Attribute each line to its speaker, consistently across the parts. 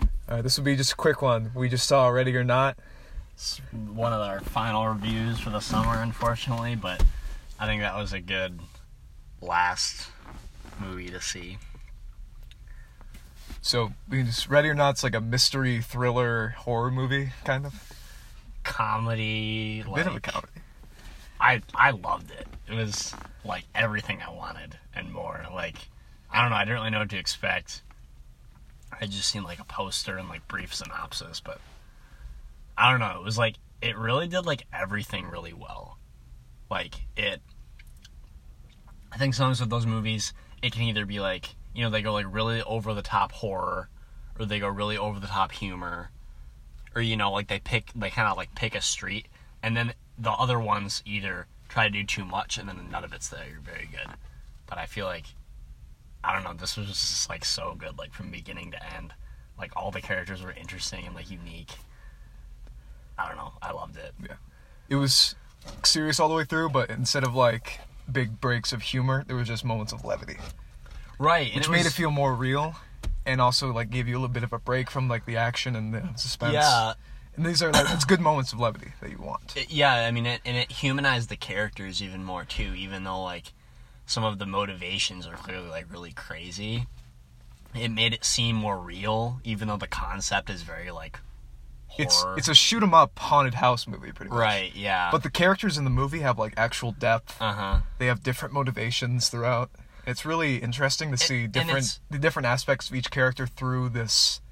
Speaker 1: All right, Uh, this will be just a quick one. We just saw Ready or Not.
Speaker 2: It's one of our final reviews for the summer, unfortunately, but I think that was a good last movie to see.
Speaker 1: So we can just Ready or Not's like a mystery thriller horror movie, kind of.
Speaker 2: Comedy,
Speaker 1: A
Speaker 2: like
Speaker 1: bit of a comedy.
Speaker 2: I I loved it. It was like everything I wanted and more. Like I don't know, I didn't really know what to expect. I just seen like a poster and like brief synopsis, but I don't know. It was like it really did like everything really well. Like it I think sometimes with those movies, it can either be like, you know, they go like really over the top horror or they go really over the top humor or you know like they pick they kind of like pick a street and then the other ones either try to do too much and then none of it's there you're very good but i feel like i don't know this was just like so good like from beginning to end like all the characters were interesting and like unique i don't know i loved it
Speaker 1: It was serious all the way through, but instead of like big breaks of humor, there was just moments of levity,
Speaker 2: right and
Speaker 1: which
Speaker 2: it
Speaker 1: made
Speaker 2: was-
Speaker 1: it feel more real, and also like gave you a little bit of a break from like the action and the suspense.
Speaker 2: yeah
Speaker 1: And these are like it's good moments of levity that you want.
Speaker 2: It- yeah, I mean, it, and it humanized the characters even more too. Even though like some of the motivations are clearly like really crazy, it made it seem more real. Even though the concept is very like
Speaker 1: It's
Speaker 2: horror.
Speaker 1: it's a shoot 'em up haunted house movie, pretty much.
Speaker 2: right, yeah,
Speaker 1: But the characters in the movie have like actual depth.
Speaker 2: uh huh.
Speaker 1: they have different motivations throughout. It's really interesting to see
Speaker 2: and
Speaker 1: different
Speaker 2: it's-
Speaker 1: the different aspects of each character through this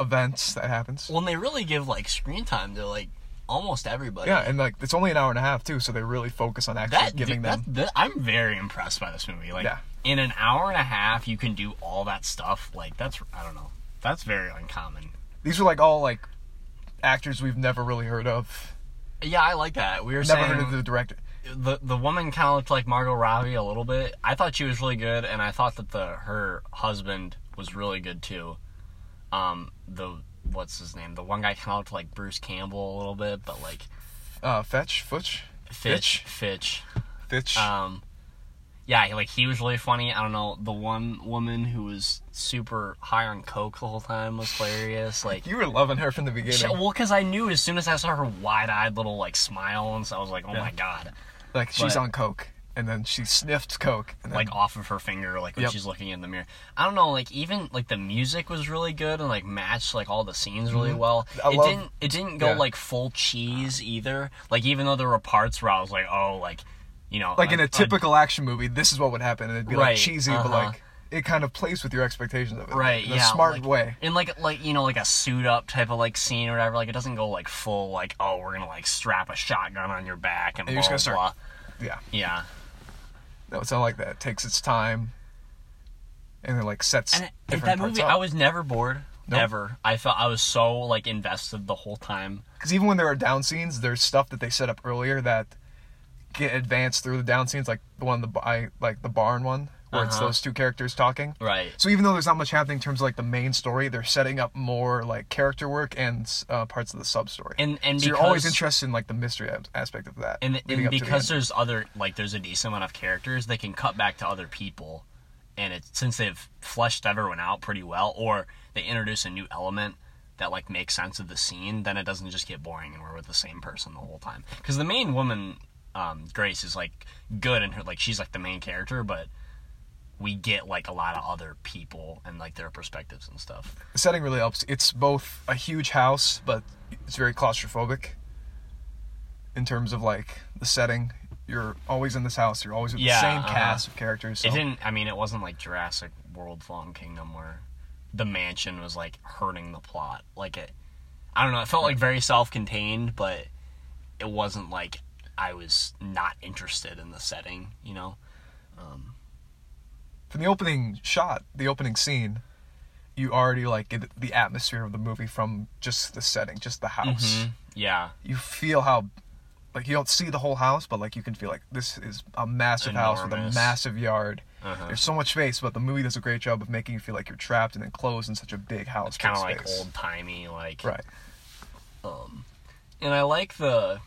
Speaker 1: event that happens.
Speaker 2: Well, and they really give like screen time to like almost everybody.
Speaker 1: yeah, and like it's only an hour and a half too, so they really focus on actually
Speaker 2: that,
Speaker 1: giving
Speaker 2: dude,
Speaker 1: them.
Speaker 2: that- that- I'm very impressed by this movie. Like
Speaker 1: Yeah.
Speaker 2: in an hour and a half, you can do all that stuff. Like that's I don't know. That's very uncommon.
Speaker 1: These are like all like actors we've never really heard of.
Speaker 2: Yeah, I like that. We were
Speaker 1: Never
Speaker 2: saying
Speaker 1: heard of the director.
Speaker 2: the the woman kind of looked like Margot Robbie a little bit. I thought she was really good, and I thought that the her husband was really good too. Um, the what's his name? The one guy kind of looked like Bruce Campbell a little bit, but like
Speaker 1: Uh, Fetch, Futch,
Speaker 2: Fitch, Fitch.
Speaker 1: Fitch.
Speaker 2: Um, yeah, he- like he was really funny. I don't know. The one woman who was super high on coke the whole time was hilarious. Like.
Speaker 1: you were loving her from the beginning.
Speaker 2: she- Well, because I knew as soon as I saw her wide-eyed little like smile, and so I was like, "Oh my god!"
Speaker 1: like she's
Speaker 2: but-
Speaker 1: on coke, and then she sniffed coke, and then
Speaker 2: like off of her finger, like when
Speaker 1: Yep.
Speaker 2: she's looking in the mirror. I don't know, like even like the music was really good and like matched like all the scenes really well.
Speaker 1: Mm-hmm. I
Speaker 2: it
Speaker 1: love-
Speaker 2: didn't it didn't go
Speaker 1: yeah.
Speaker 2: like full cheese either. Like even though there were parts where I was like, oh, like you know,
Speaker 1: like in a typical action movie, this is what would happen, and it'd be like
Speaker 2: Right,
Speaker 1: cheesy, but
Speaker 2: uh-huh.
Speaker 1: like it kind of plays with your expectations of it,
Speaker 2: right,
Speaker 1: in
Speaker 2: yeah,
Speaker 1: a smart
Speaker 2: like-
Speaker 1: way.
Speaker 2: in like like you know like a suit up type of like scene or whatever. Like it doesn't go like full like oh we're gonna like strap a shotgun on your back and,
Speaker 1: And
Speaker 2: blah
Speaker 1: you're just
Speaker 2: blah.
Speaker 1: gonna
Speaker 2: blah.
Speaker 1: Yeah,
Speaker 2: Yeah,
Speaker 1: no, it's not like that. It takes its time, and it like sets
Speaker 2: And it-
Speaker 1: different Oh.
Speaker 2: that movie, I was never bored.
Speaker 1: Nope.
Speaker 2: Ever, I felt I was so like invested the whole time.
Speaker 1: because even when there are down scenes, there's stuff that they set up earlier that get advanced through the down scenes, like the one the b- I like the barn one where it's
Speaker 2: Uh-huh.
Speaker 1: those two characters talking.
Speaker 2: Right.
Speaker 1: So even though there's not much happening in terms of like the main story, they're setting up more like character work and uh, parts of the sub story.
Speaker 2: And and
Speaker 1: so you're always
Speaker 2: because-
Speaker 1: interested in like the mystery ab- aspect of that.
Speaker 2: and,
Speaker 1: leading
Speaker 2: and
Speaker 1: up to the
Speaker 2: because
Speaker 1: end.
Speaker 2: there's other like there's a decent amount of characters they can cut back to other people and it's since they've fleshed everyone out pretty well or they introduce a new element that like makes sense of the scene then it doesn't just get boring and we're with the same person the whole time because the main woman um, grace is like good and her like she's like the main character but we get like a lot of other people and like their perspectives and stuff
Speaker 1: the setting really helps. It's both a huge house, but it's very claustrophobic in terms of like the setting. You're always in this house. You're always with
Speaker 2: Yeah,
Speaker 1: the same
Speaker 2: uh-huh.
Speaker 1: cast of characters. So.
Speaker 2: It didn't. I mean, it wasn't like Jurassic World Fallen Kingdom where the mansion was like hurting the plot. Like it, I don't know. It felt like very self-contained, but it wasn't like I was not interested in the setting. You know,
Speaker 1: From the opening shot, the opening scene, you already like get the atmosphere of the movie from just the setting, just the house.
Speaker 2: Mm-hmm. yeah,
Speaker 1: You feel how. Like you don't see the whole house, but like you can feel like this is a massive house with a
Speaker 2: Enormous.
Speaker 1: massive yard.
Speaker 2: Uh-huh.
Speaker 1: There's so much space, but the movie does a great job of making you feel like you're trapped and enclosed in such a big house.
Speaker 2: it's kind of
Speaker 1: big
Speaker 2: like
Speaker 1: space.
Speaker 2: old timey, like
Speaker 1: right?
Speaker 2: and I like the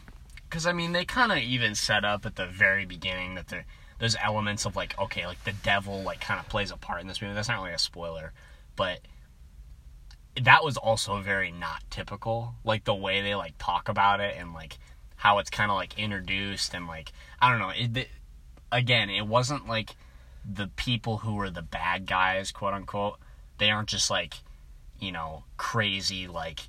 Speaker 2: because I mean they kind of even set up at the very beginning that there there's elements of like okay like the devil like kind of plays a part in this movie. That's not really a spoiler, but that was also very not typical. Like the way they like talk about it and like how it's kind of like introduced and like I don't know. It, it, again, it wasn't like the people who were the bad guys, quote unquote. They aren't just like you know crazy like.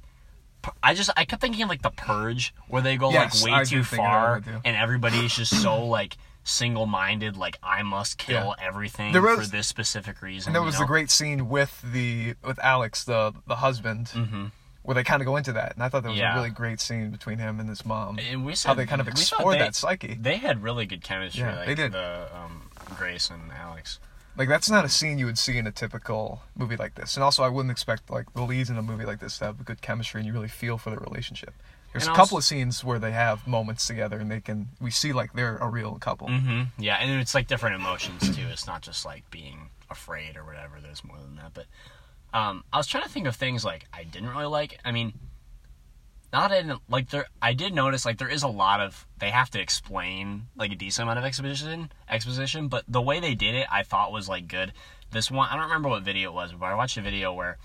Speaker 2: pur- I just I kept thinking of like the Purge where they go
Speaker 1: Yes,
Speaker 2: like
Speaker 1: I
Speaker 2: way
Speaker 1: do
Speaker 2: too
Speaker 1: think of
Speaker 2: far
Speaker 1: that too.
Speaker 2: and everybody's just so like single minded like I must kill everything
Speaker 1: There
Speaker 2: for
Speaker 1: was-
Speaker 2: this specific reason.
Speaker 1: And there
Speaker 2: you
Speaker 1: was
Speaker 2: know?
Speaker 1: the great scene with the with Alex, the the husband, where they kind of go into that, and I thought that was
Speaker 2: Mm-hmm. Yeah.
Speaker 1: a really great scene between him and his mom.
Speaker 2: And we said,
Speaker 1: how they kind of
Speaker 2: we thought
Speaker 1: explored
Speaker 2: they-
Speaker 1: that psyche.
Speaker 2: They had really good chemistry.
Speaker 1: Yeah,
Speaker 2: like,
Speaker 1: they did.
Speaker 2: The um, Grace and Alex.
Speaker 1: Like that's not a scene you would see in a typical movie like this. And also, I wouldn't expect like the leads in a movie like this to have good chemistry and you really feel for the relationship. There's
Speaker 2: And
Speaker 1: a
Speaker 2: also-
Speaker 1: couple of scenes where they have moments together and they can we see like they're a real couple.
Speaker 2: Mm-hmm. Yeah, and it's like different emotions too. It's not just like being afraid or whatever. There's more than that. But um, I was trying to think of things like I didn't really like. I mean, not in like there. I did notice like there is a lot of they have to explain like a decent amount of exposition exposition. But the way they did it, I thought was like good. This one, I don't remember what video it was, but I watched a video where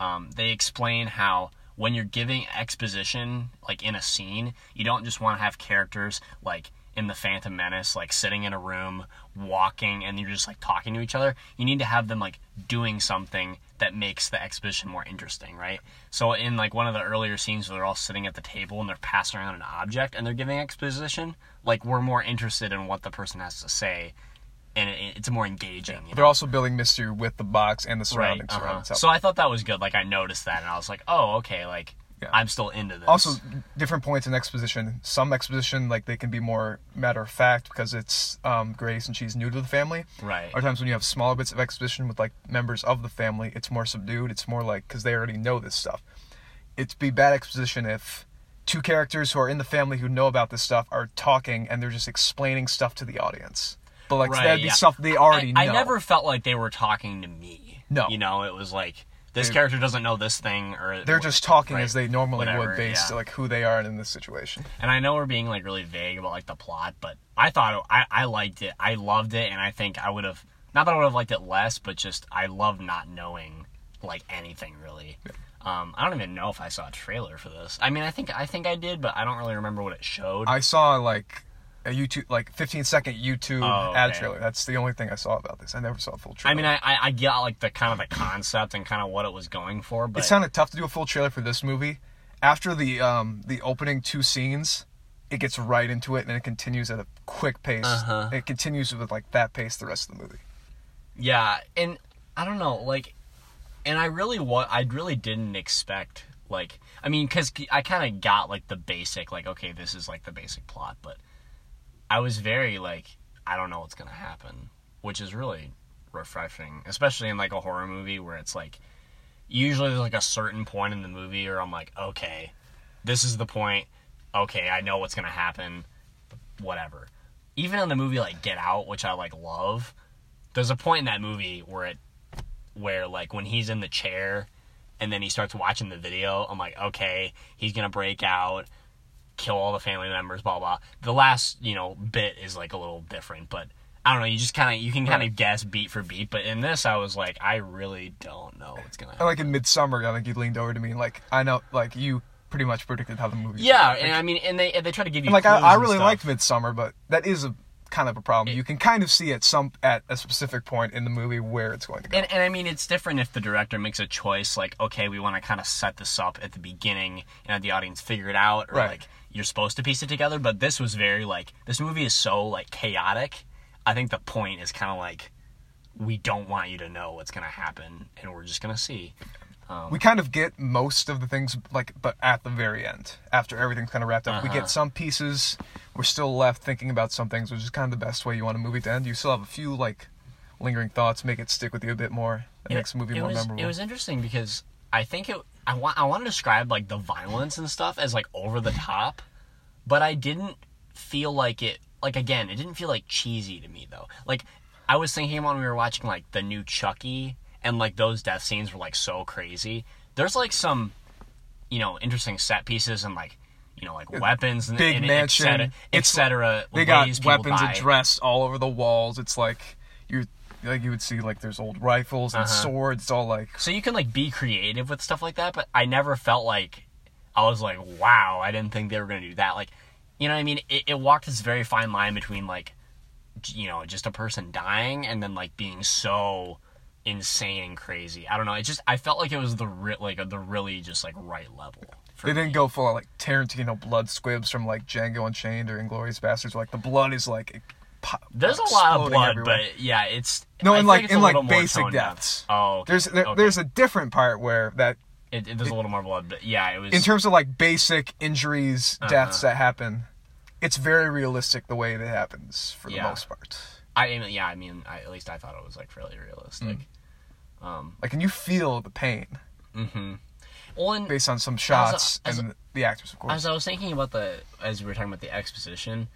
Speaker 2: um, they explain how when you're giving exposition like in a scene you don't just want to have characters like in the phantom menace like sitting in a room walking and you're just like talking to each other you need to have them like doing something that makes the exposition more interesting right so in like one of the earlier scenes where they're all sitting at the table and they're passing around an object and they're giving exposition like we're more interested in what the person has to say and it, it's more engaging you know?
Speaker 1: They're also building mystery with the box and the surroundings
Speaker 2: uh-huh.
Speaker 1: around itself.
Speaker 2: So I thought that was good. Like I noticed that, and I was like, oh, okay. Like
Speaker 1: Yeah.
Speaker 2: I'm still into this.
Speaker 1: also different points in exposition some exposition like they can be more matter of fact because it's um, grace and she's new to the family
Speaker 2: Right.
Speaker 1: other times when you have smaller bits of exposition with like members of the family it's more subdued it's more like because they already know this stuff it'd be bad exposition if two characters who are in the family who know about this stuff are talking and they're just explaining stuff to the audience but like
Speaker 2: Right,
Speaker 1: that'd be
Speaker 2: yeah.
Speaker 1: stuff they already
Speaker 2: I, I
Speaker 1: know
Speaker 2: never felt like they were talking to me.
Speaker 1: No.
Speaker 2: you know, it was like this
Speaker 1: They-
Speaker 2: character doesn't know this thing, or
Speaker 1: they're just talking
Speaker 2: right,
Speaker 1: as they normally
Speaker 2: whatever,
Speaker 1: would based
Speaker 2: yeah.
Speaker 1: like who they are in this situation
Speaker 2: And I know we're being like really vague about like the plot, but I thought it- I I liked it. I loved it, and I think I would have not that I would have liked it less, but just I love not knowing like anything really. Um, I don't even know if I saw a trailer for this. I mean, I think I think I did, but I don't really remember what it showed.
Speaker 1: I saw like a YouTube, like 15 second YouTube
Speaker 2: Oh,
Speaker 1: ad
Speaker 2: okay.
Speaker 1: trailer. That's the only thing I saw about this. I never saw a full trailer.
Speaker 2: I mean, I, I I get like the kind of the concept and kind of what it was going for, but
Speaker 1: it sounded tough to do a full trailer for this movie. After the um the opening two scenes, it gets right into it and it continues at a quick pace.
Speaker 2: Uh-huh.
Speaker 1: It continues with like that pace the rest of the movie.
Speaker 2: yeah, and I don't know, like, and I really what I really didn't expect, like, I mean, because I kind of got like the basic, like, okay, this is like the basic plot, but I was very like, I don't know what's gonna happen, which is really refreshing, especially in like a horror movie where it's like, usually there's like a certain point in the movie where I'm like, okay, this is the point, okay, I know what's gonna happen, whatever. Even in the movie like Get Out, which I like love, there's a point in that movie where it where like when he's in the chair and then he starts watching the video i'm like okay he's gonna break out kill all the family members blah blah the last you know bit is like a little different but i don't know you just kind of you can kind of guess beat for beat but in this i was like i really don't know what's gonna
Speaker 1: And
Speaker 2: happen
Speaker 1: like in Midsummer, I think you leaned over to me and like I know like you pretty much predicted how the movie.
Speaker 2: yeah and i mean and they and they try to give you
Speaker 1: And like I,
Speaker 2: clues
Speaker 1: I
Speaker 2: and
Speaker 1: really
Speaker 2: stuff.
Speaker 1: liked Midsummer, but that is a kind of a problem. you can kind of see at some at a specific point in the movie where it's going to go.
Speaker 2: And, and I mean, it's different if the director makes a choice like, okay, we want to kind of set this up at the beginning and have the audience figure it out, or
Speaker 1: Right.
Speaker 2: like you're supposed to piece it together. But this was very like this movie is so like chaotic. I think the point is kind of like we don't want you to know what's gonna happen, and we're just gonna see.
Speaker 1: we kind of get most of the things like but at the very end after everything's kind of wrapped up we
Speaker 2: Uh-huh.
Speaker 1: get some pieces we're still left thinking about some things which is kind of the best way you want a movie to end you still have a few like lingering thoughts make it stick with you a bit more that makes the movie more
Speaker 2: was,
Speaker 1: memorable
Speaker 2: It was interesting because I think it. I want. I want to describe like the violence and stuff as like over the top, but I didn't feel like it. Like again, it didn't feel like cheesy to me though. Like I was thinking when we were watching like the new Chucky and like those death scenes were like so crazy. There's like some, you know, interesting set pieces and like. You know, like weapons and
Speaker 1: big
Speaker 2: and
Speaker 1: mansion.
Speaker 2: et cetera, et
Speaker 1: It's-
Speaker 2: cetera
Speaker 1: they
Speaker 2: ways
Speaker 1: got
Speaker 2: people
Speaker 1: weapons
Speaker 2: die.
Speaker 1: addressed all over the walls it's like you're like you would see like there's old rifles and
Speaker 2: Uh-huh.
Speaker 1: swords. It's all like
Speaker 2: So you can like be creative with stuff like that, but I never felt like I was like, wow, I didn't think they were gonna do that. Like, you know what I mean? It, it walked this very fine line between like, j- you know, just a person dying and then like being so insane and crazy. I don't know. It just I felt like it was the re- like the really just like right level. for
Speaker 1: they
Speaker 2: me.
Speaker 1: didn't go full out, like Tarantino blood squibs from like Django Unchained or Inglorious Bastards. Like the blood is like it po-
Speaker 2: There's a lot of
Speaker 1: exploding
Speaker 2: blood,
Speaker 1: everywhere.
Speaker 2: but yeah, it's
Speaker 1: No,
Speaker 2: I
Speaker 1: in
Speaker 2: think
Speaker 1: like
Speaker 2: it's
Speaker 1: in
Speaker 2: a little
Speaker 1: like
Speaker 2: more
Speaker 1: basic
Speaker 2: toned down.
Speaker 1: deaths.
Speaker 2: Oh, okay.
Speaker 1: There's there,
Speaker 2: okay.
Speaker 1: there's a different part where that
Speaker 2: it, it- there's a little more blood, but yeah, it was
Speaker 1: in terms of like basic injuries,
Speaker 2: Uh-huh.
Speaker 1: deaths that happen, it's very realistic the way it happens for the
Speaker 2: Yeah.
Speaker 1: most part.
Speaker 2: I I mean, yeah, I mean, I, at least I thought it was like really realistic.
Speaker 1: Mm. Like and you feel the pain
Speaker 2: Well, and
Speaker 1: based on some shots
Speaker 2: as a-
Speaker 1: and the actors, of course.
Speaker 2: as I was thinking about the as we were talking about the exposition,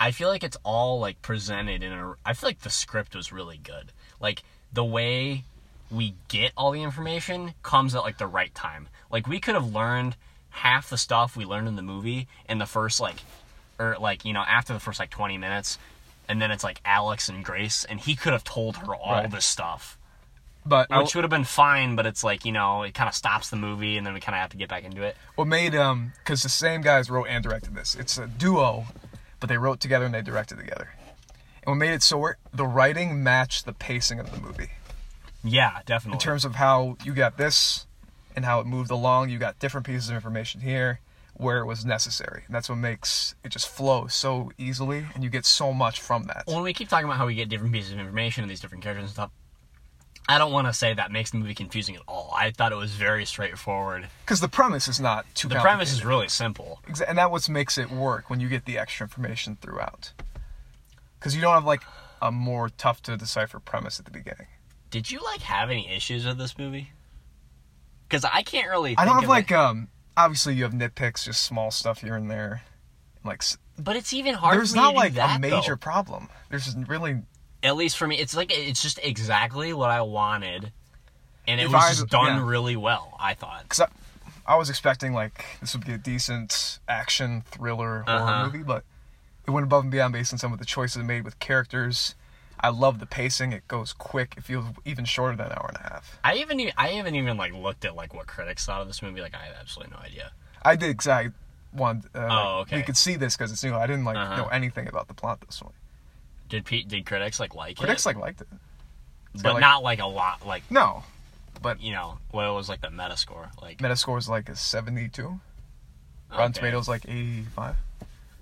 Speaker 2: I feel like it's all like presented in a. I feel like the script was really good. Like the way we get all the information comes at like the right time. Like we could have learned half the stuff we learned in the movie in the first like, or like you know after the first like twenty minutes, and then it's like Alex and Grace, and he could have told her all
Speaker 1: Right.
Speaker 2: this stuff
Speaker 1: but I,
Speaker 2: which would have been fine, but it's like you know, it kind of stops the movie, and then we kind of have to get back into it.
Speaker 1: what made um because the same guys wrote and directed this. It's a duo, but they wrote together and they directed together. And what made it so wor- the writing matched the pacing of the movie.
Speaker 2: Yeah, definitely.
Speaker 1: in terms of how you got this and how it moved along. You got different pieces of information here where it was necessary. And that's what makes it just flow so easily and you get so much from that.
Speaker 2: when we keep talking about how we get different pieces of information and these different characters and stuff, I don't want to say that makes the movie confusing at all. I thought it was very straightforward.
Speaker 1: Because the premise is not too
Speaker 2: The premise is really simple.
Speaker 1: Exa- And that what makes it work when you get the extra information throughout. Because you don't have like a more tough to decipher premise at the beginning.
Speaker 2: Did you like have any issues with this movie? Because I can't really. Think
Speaker 1: I don't
Speaker 2: of
Speaker 1: have like
Speaker 2: it-
Speaker 1: um obviously you have nitpicks, just small stuff here and there. Like s-
Speaker 2: but it's even hard.
Speaker 1: there's
Speaker 2: for me
Speaker 1: not
Speaker 2: to
Speaker 1: like
Speaker 2: do that,
Speaker 1: a
Speaker 2: though.
Speaker 1: major problem. There's really
Speaker 2: At least for me, it's like it's just exactly what I wanted, and it
Speaker 1: If
Speaker 2: was
Speaker 1: I-
Speaker 2: just done
Speaker 1: yeah.
Speaker 2: really well. I thought.
Speaker 1: because I, I was expecting like this would be a decent action thriller horror
Speaker 2: Uh-huh.
Speaker 1: movie, but it went above and beyond based on some of the choices it made with characters. I love the pacing; it goes quick. It feels even shorter than an hour and a half.
Speaker 2: I haven't even e, I haven't even like looked at like what critics thought of this movie. Like I have absolutely no idea.
Speaker 1: I did because I wanted. Uh,
Speaker 2: Oh, okay.
Speaker 1: We could see this because it's new. I didn't like
Speaker 2: Uh-huh.
Speaker 1: know anything about the plot this one.
Speaker 2: Did pe did critics like like
Speaker 1: Critics
Speaker 2: it?
Speaker 1: like liked it.
Speaker 2: but
Speaker 1: like-
Speaker 2: not like a lot. Like
Speaker 1: No, but
Speaker 2: you know what was like the Metascore? Like
Speaker 1: Metascore is like a seventy-two. Rotten
Speaker 2: okay.
Speaker 1: Tomatoes like eighty-five.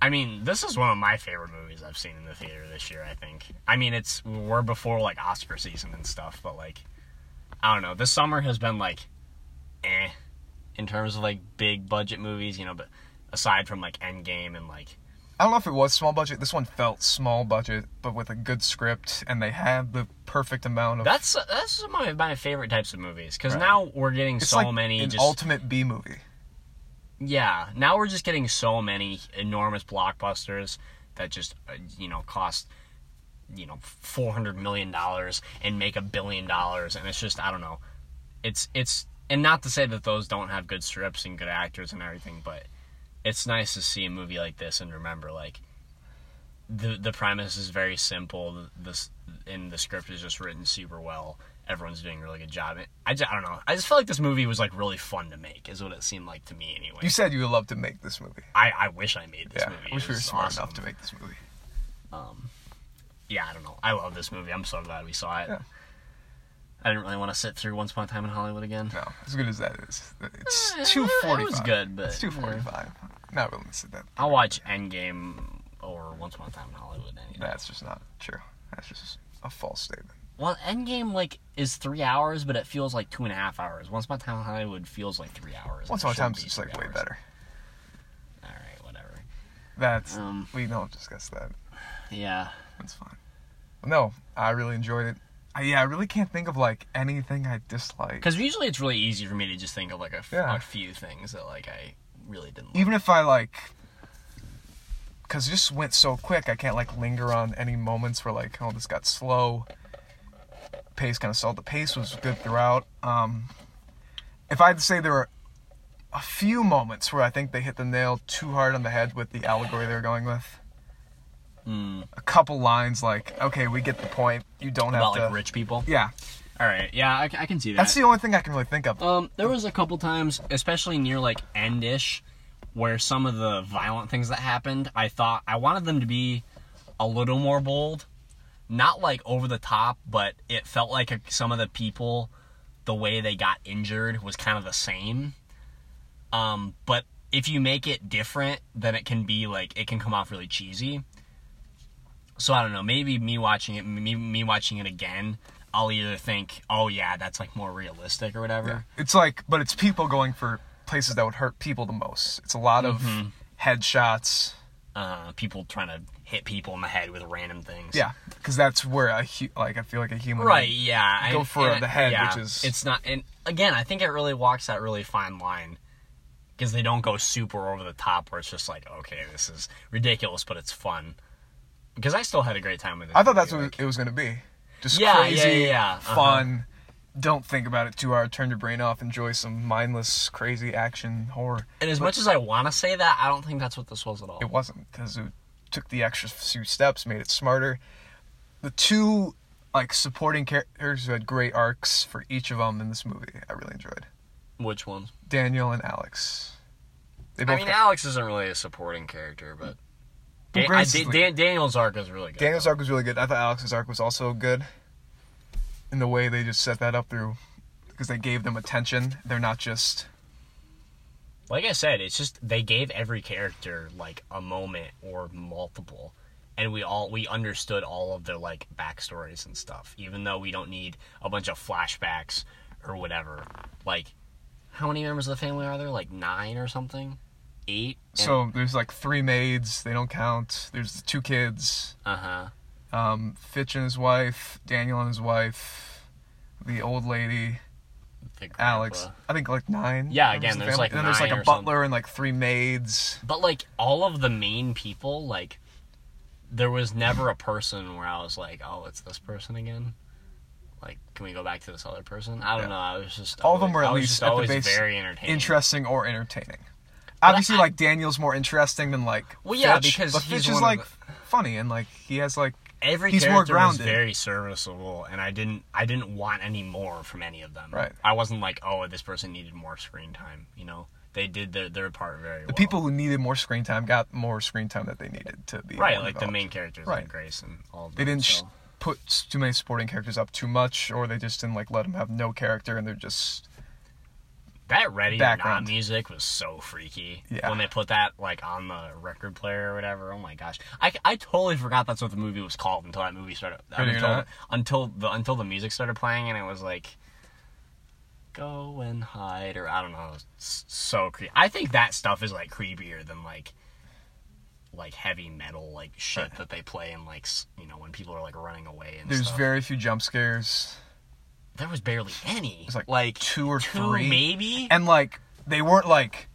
Speaker 2: I mean, this is one of my favorite movies I've seen in the theater this year. I think. I mean, it's we're before like Oscar season and stuff, but like I don't know. This summer has been like, eh, in terms of like big budget movies, you know. But aside from like Endgame and like
Speaker 1: I don't know if it was small budget. This one felt small budget, but with a good script, and they had the perfect amount of
Speaker 2: That's that's one of my favorite types of movies because
Speaker 1: Right.
Speaker 2: now we're getting
Speaker 1: It's
Speaker 2: so
Speaker 1: like
Speaker 2: many
Speaker 1: an
Speaker 2: just
Speaker 1: ultimate B movie.
Speaker 2: yeah now we're just getting so many enormous blockbusters that just uh, you know cost you know four hundred million dollars and make a billion dollars and it's just I don't know it's it's and not to say that those don't have good strips and good actors and everything but it's nice to see a movie like this and remember like the the premise is very simple. This and the script is just written super well. Everyone's doing a really good job. It- I just, I don't know. I just felt like this movie was like really fun to make. Is what it seemed like to me anyway.
Speaker 1: You said you would love to make this movie.
Speaker 2: I, I wish I made this
Speaker 1: yeah,
Speaker 2: movie.
Speaker 1: I wish
Speaker 2: It
Speaker 1: we were
Speaker 2: was
Speaker 1: smart
Speaker 2: awesome.
Speaker 1: enough to make this movie.
Speaker 2: Yeah, I don't know. I love this movie. I'm so glad we saw it.
Speaker 1: Yeah.
Speaker 2: I didn't really want to sit through Once Upon a Time in Hollywood again.
Speaker 1: No, as good as that is, it's
Speaker 2: Eh, it
Speaker 1: two forty-five.
Speaker 2: was good, but-
Speaker 1: it's two forty-five. Not really said that.
Speaker 2: I'll watch Endgame or Once Upon a Time in Hollywood any day.
Speaker 1: That's just not true. That's just a false statement.
Speaker 2: Well, Endgame like is three hours, but it feels like two and a half hours. Once Upon a Time in Hollywood feels like three hours.
Speaker 1: Once
Speaker 2: It
Speaker 1: upon a time,
Speaker 2: shouldn't be
Speaker 1: it's
Speaker 2: three
Speaker 1: like way
Speaker 2: hours.
Speaker 1: better.
Speaker 2: All right, whatever.
Speaker 1: That's
Speaker 2: Um,
Speaker 1: we don't discuss that.
Speaker 2: Yeah.
Speaker 1: That's fine. No, I really enjoyed it. I, yeah, I really can't think of like anything I dislike.
Speaker 2: Because usually it's really easy for me to just think of like a, f-
Speaker 1: Yeah.
Speaker 2: a few things that like I really didn't. Like.
Speaker 1: Even if I like, because it just went so quick, I can't like linger on any moments where like, oh, this got slow. Pace kind of stalled. The pace was good throughout. Um, if I had to say there were a few moments where I think they hit the nail too hard on the head with the allegory they were going with,
Speaker 2: Hmm.
Speaker 1: a couple lines like, okay, we get the point. You don't
Speaker 2: about
Speaker 1: have
Speaker 2: like
Speaker 1: to.
Speaker 2: rich people.
Speaker 1: Yeah,
Speaker 2: All right, yeah, I, c- I can see that.
Speaker 1: that's the only thing I can really think of.
Speaker 2: Um, there was a couple times, especially near like endish, where some of the violent things that happened, I thought I wanted them to be a little more bold, not like over the top, but it felt like a, some of the people, the way they got injured was kind of the same. Um, but if you make it different, then it can be like it can come off really cheesy. So I don't know. Maybe me watching it, me me watching it again, I'll either think, oh yeah, that's like more realistic or whatever.
Speaker 1: It's like, but it's people going for places that would hurt people the most. It's a lot
Speaker 2: Mm-hmm.
Speaker 1: of headshots.
Speaker 2: uh, people trying to hit people in the head with random things.
Speaker 1: Yeah, because that's where a hu- like I feel like a human.
Speaker 2: Right. Yeah.
Speaker 1: Go
Speaker 2: and-
Speaker 1: for
Speaker 2: and-
Speaker 1: the head,
Speaker 2: yeah,
Speaker 1: which is-
Speaker 2: it's not. And again, I think it really walks that really fine line because they don't go super over the top where it's just like, okay, this is ridiculous, but it's fun. Because I still had a great time with it.
Speaker 1: I thought that's
Speaker 2: Like,
Speaker 1: what it was going to be. Just
Speaker 2: Yeah, yeah,
Speaker 1: crazy,
Speaker 2: yeah, yeah. Uh-huh.
Speaker 1: fun. Don't think about it too hard. Turn your brain off. Enjoy some mindless, crazy action horror.
Speaker 2: and as much as I want to say that, I don't think that's what this was at all.
Speaker 1: It wasn't because it took the extra few steps, made it smarter. The two like supporting characters who had great arcs for each of them in this movie, I really enjoyed.
Speaker 2: Which ones?
Speaker 1: Daniel and Alex. They
Speaker 2: I mean,
Speaker 1: got-
Speaker 2: Alex isn't really a supporting character, but. Dan- I-
Speaker 1: Grace is
Speaker 2: Dan-
Speaker 1: like-
Speaker 2: Daniel's arc is really good.
Speaker 1: Daniel's arc was really good. I thought Alex's arc was also good. In the way they just set that up through, because they gave them attention. They're not just
Speaker 2: like I said, it's just they gave every character like a moment or multiple, and we all we understood all of their like backstories and stuff, even though we don't need a bunch of flashbacks or whatever. Like, how many members of the family are there? Like nine or something, eight.
Speaker 1: So there's like three maids, they don't count. There's the two kids,
Speaker 2: Uh huh.
Speaker 1: um, Fitch and his wife, Daniel and his wife, the old lady, Alex. I think like nine.
Speaker 2: Yeah,
Speaker 1: members
Speaker 2: again,
Speaker 1: of the
Speaker 2: there's,
Speaker 1: family.
Speaker 2: like,
Speaker 1: and then there's like
Speaker 2: nine
Speaker 1: a
Speaker 2: or
Speaker 1: butler and like three maids.
Speaker 2: But like all of the main people, like there was never a person where I was like, "Oh, it's this person again." Like, can we go back to this other person? I don't
Speaker 1: Yeah.
Speaker 2: know. I was just
Speaker 1: All of them
Speaker 2: always-
Speaker 1: were at
Speaker 2: I was
Speaker 1: least
Speaker 2: just
Speaker 1: at the
Speaker 2: always
Speaker 1: base
Speaker 2: very entertaining.
Speaker 1: Interesting or entertaining. Obviously,
Speaker 2: I-
Speaker 1: like Daniel's more interesting than like
Speaker 2: Well, yeah,
Speaker 1: Fitch,
Speaker 2: because
Speaker 1: but
Speaker 2: he's
Speaker 1: Fitch is
Speaker 2: one of
Speaker 1: like
Speaker 2: the-
Speaker 1: funny and like he has like
Speaker 2: Every
Speaker 1: he's more
Speaker 2: character was
Speaker 1: grounded.
Speaker 2: very serviceable, and I didn't I didn't want any more from any of them.
Speaker 1: Right.
Speaker 2: I wasn't like, "Oh, this person needed more screen time." You know, they did their their part very well.
Speaker 1: the people who needed more screen time got more screen time that they needed to be
Speaker 2: right,
Speaker 1: more
Speaker 2: like the
Speaker 1: developed.
Speaker 2: main characters,
Speaker 1: Right.
Speaker 2: like Grace and all. Of
Speaker 1: they
Speaker 2: them,
Speaker 1: didn't sh-
Speaker 2: so.
Speaker 1: put s- too many supporting characters up too much, or they just didn't like let them have no character, and they're just
Speaker 2: That Ready or
Speaker 1: background.
Speaker 2: Not music was so freaky.
Speaker 1: Yeah.
Speaker 2: When they put that like on the record player or whatever, oh my gosh, I, I totally forgot that's what the movie was called until that movie started.
Speaker 1: Ready or
Speaker 2: until,
Speaker 1: Not?
Speaker 2: until the until the music started playing and it was like, go and hide or I don't know, it's so creepy. I think that stuff is like creepier than like like heavy metal like shit that they play and like s- you know when people are like running away and
Speaker 1: there's
Speaker 2: stuff.
Speaker 1: very few jump scares,
Speaker 2: there was barely any. It
Speaker 1: was, like, two or three.
Speaker 2: maybe.
Speaker 1: and like they weren't like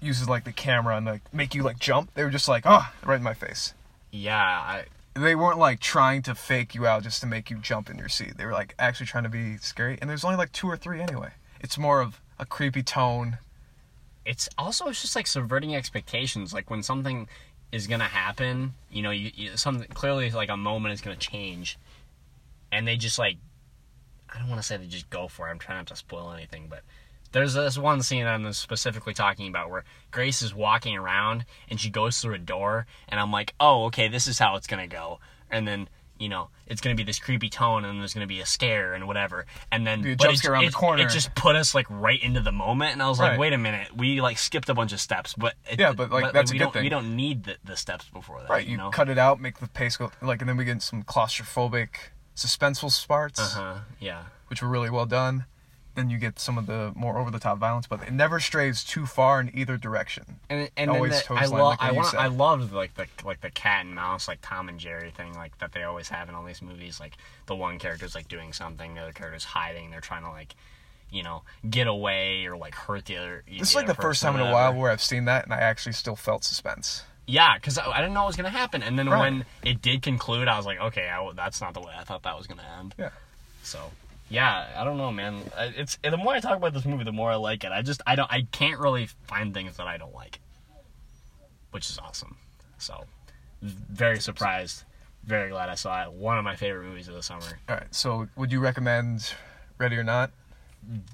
Speaker 1: uses like the camera and like make you like jump. They were just like oh right in my face.
Speaker 2: yeah. I,
Speaker 1: They weren't like trying to fake you out just to make you jump in your seat. They were like actually trying to be scary, and there's only like two or three anyway. It's more of a creepy tone.
Speaker 2: it's also it's just like subverting expectations like when something is gonna happen you know you, you something clearly like a moment is gonna change and they just like i don't want to say they just go for it i'm trying not to spoil anything but there's this one scene i'm specifically talking about where grace is walking around and she goes through a door and i'm like oh okay this is how it's gonna go and then you know it's gonna be this creepy tone and there's gonna be a scare and whatever and then
Speaker 1: Be a
Speaker 2: but
Speaker 1: jump
Speaker 2: it-
Speaker 1: scare around the
Speaker 2: it-
Speaker 1: corner.
Speaker 2: it just put us like right into the moment and i was
Speaker 1: Right.
Speaker 2: like wait a minute we like skipped a bunch of steps but it,
Speaker 1: Yeah, but, like, that's a
Speaker 2: we
Speaker 1: good
Speaker 2: don't,
Speaker 1: thing.
Speaker 2: we don't need the, the steps before that
Speaker 1: Right, you,
Speaker 2: you, know
Speaker 1: cut it out, make the pace go like, and then we get some claustrophobic, suspenseful parts.
Speaker 2: uh-huh yeah
Speaker 1: which were really well done. Then you get some of the more over the top violence, but it never strays too far in either direction.
Speaker 2: and and
Speaker 1: Always
Speaker 2: then the,
Speaker 1: toes
Speaker 2: I
Speaker 1: line,
Speaker 2: love
Speaker 1: like what
Speaker 2: I
Speaker 1: you
Speaker 2: want
Speaker 1: said.
Speaker 2: I loved like the like the cat and mouse like Tom and Jerry thing like that they always have in all these movies like the one character's like doing something the other character's hiding they're trying to like you know get away or like hurt the other
Speaker 1: This is like the first time in a while where I've seen that and I actually still felt suspense.
Speaker 2: yeah because I, I didn't know what was gonna happen and then
Speaker 1: Right.
Speaker 2: when it did conclude I was like okay I, that's not the way I thought that was gonna end
Speaker 1: Yeah.
Speaker 2: So, yeah, I don't know, man. I- It's and the more I talk about this movie, the more I like it. I just I don't I can't really find things that I don't like, which is awesome. So, Very surprised. Very glad I saw it. One of my favorite movies of the summer,
Speaker 1: All right. So, would you recommend Ready or Not?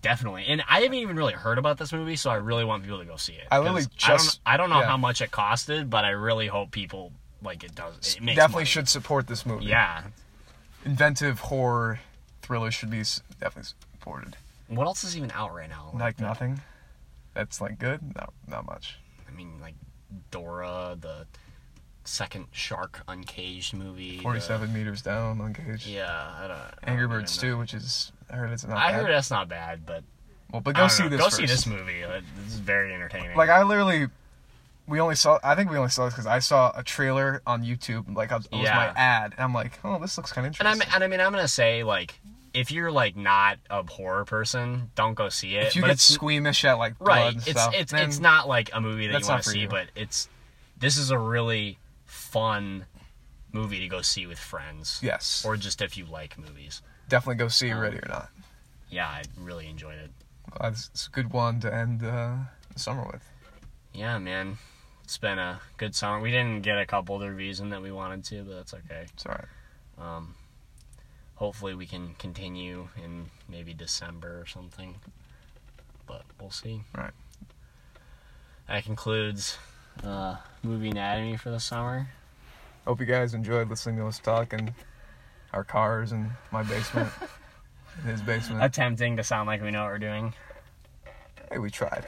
Speaker 2: definitely. And I haven't even really heard about this movie, so I really want people to go see it.
Speaker 1: I literally
Speaker 2: 'Cause
Speaker 1: just-
Speaker 2: I don't, I don't know
Speaker 1: yeah.
Speaker 2: how much it costed, but I really hope people like it. Does it makes
Speaker 1: definitely
Speaker 2: money.
Speaker 1: should support this movie.
Speaker 2: Yeah.
Speaker 1: Inventive horror thriller should be s- definitely supported.
Speaker 2: What else is even out right now?
Speaker 1: Like nothing. That's like good. Not not much.
Speaker 2: I mean, like Dora, the second shark uncaged movie. the-
Speaker 1: Forty-seven meters down on Cage.
Speaker 2: yeah, I don't. I don't
Speaker 1: Angry
Speaker 2: even
Speaker 1: Birds
Speaker 2: know.
Speaker 1: 2, which is I heard it's not.
Speaker 2: I
Speaker 1: bad.
Speaker 2: heard that's not bad, but
Speaker 1: Well, but go
Speaker 2: I don't
Speaker 1: see
Speaker 2: know.
Speaker 1: this.
Speaker 2: Go
Speaker 1: first.
Speaker 2: see this movie. Uh, This is very entertaining.
Speaker 1: Like I literally, we only saw. I think we only saw this because I saw a trailer on YouTube. Like I was, it was
Speaker 2: Yeah.
Speaker 1: my ad, and I'm like, oh, this looks kind of
Speaker 2: and
Speaker 1: interesting.
Speaker 2: I'm and I mean I'm gonna say like if you're like not a horror person, don't go see it.
Speaker 1: if you
Speaker 2: but
Speaker 1: get
Speaker 2: it's
Speaker 1: squeamish at like blood
Speaker 2: right,
Speaker 1: and
Speaker 2: it's
Speaker 1: stuff,
Speaker 2: it's
Speaker 1: then
Speaker 2: it's not like a movie that you
Speaker 1: that's
Speaker 2: want
Speaker 1: not
Speaker 2: to
Speaker 1: for
Speaker 2: see,
Speaker 1: you.
Speaker 2: but it's this is a really fun movie to go see with friends.
Speaker 1: Yes.
Speaker 2: or Oh. just if you like movies.
Speaker 1: Definitely go see Ready or Not.
Speaker 2: Yeah, I really enjoyed it.
Speaker 1: Uh, It's it's a good one to end uh, the summer with.
Speaker 2: Yeah, man. It's been a good summer. We didn't get a couple of the reviews in that we wanted to, but that's okay.
Speaker 1: It's alright.
Speaker 2: Um, hopefully we can continue in maybe December or something. But we'll see.
Speaker 1: Right.
Speaker 2: That concludes uh, movie anatomy for the summer.
Speaker 1: Hope you guys enjoyed listening to us talk and our cars and my basement, and his basement.
Speaker 2: Attempting to sound like we know what we're doing
Speaker 1: hey, we tried.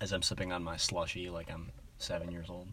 Speaker 2: as I'm sipping on my slushy like I'm seven years old.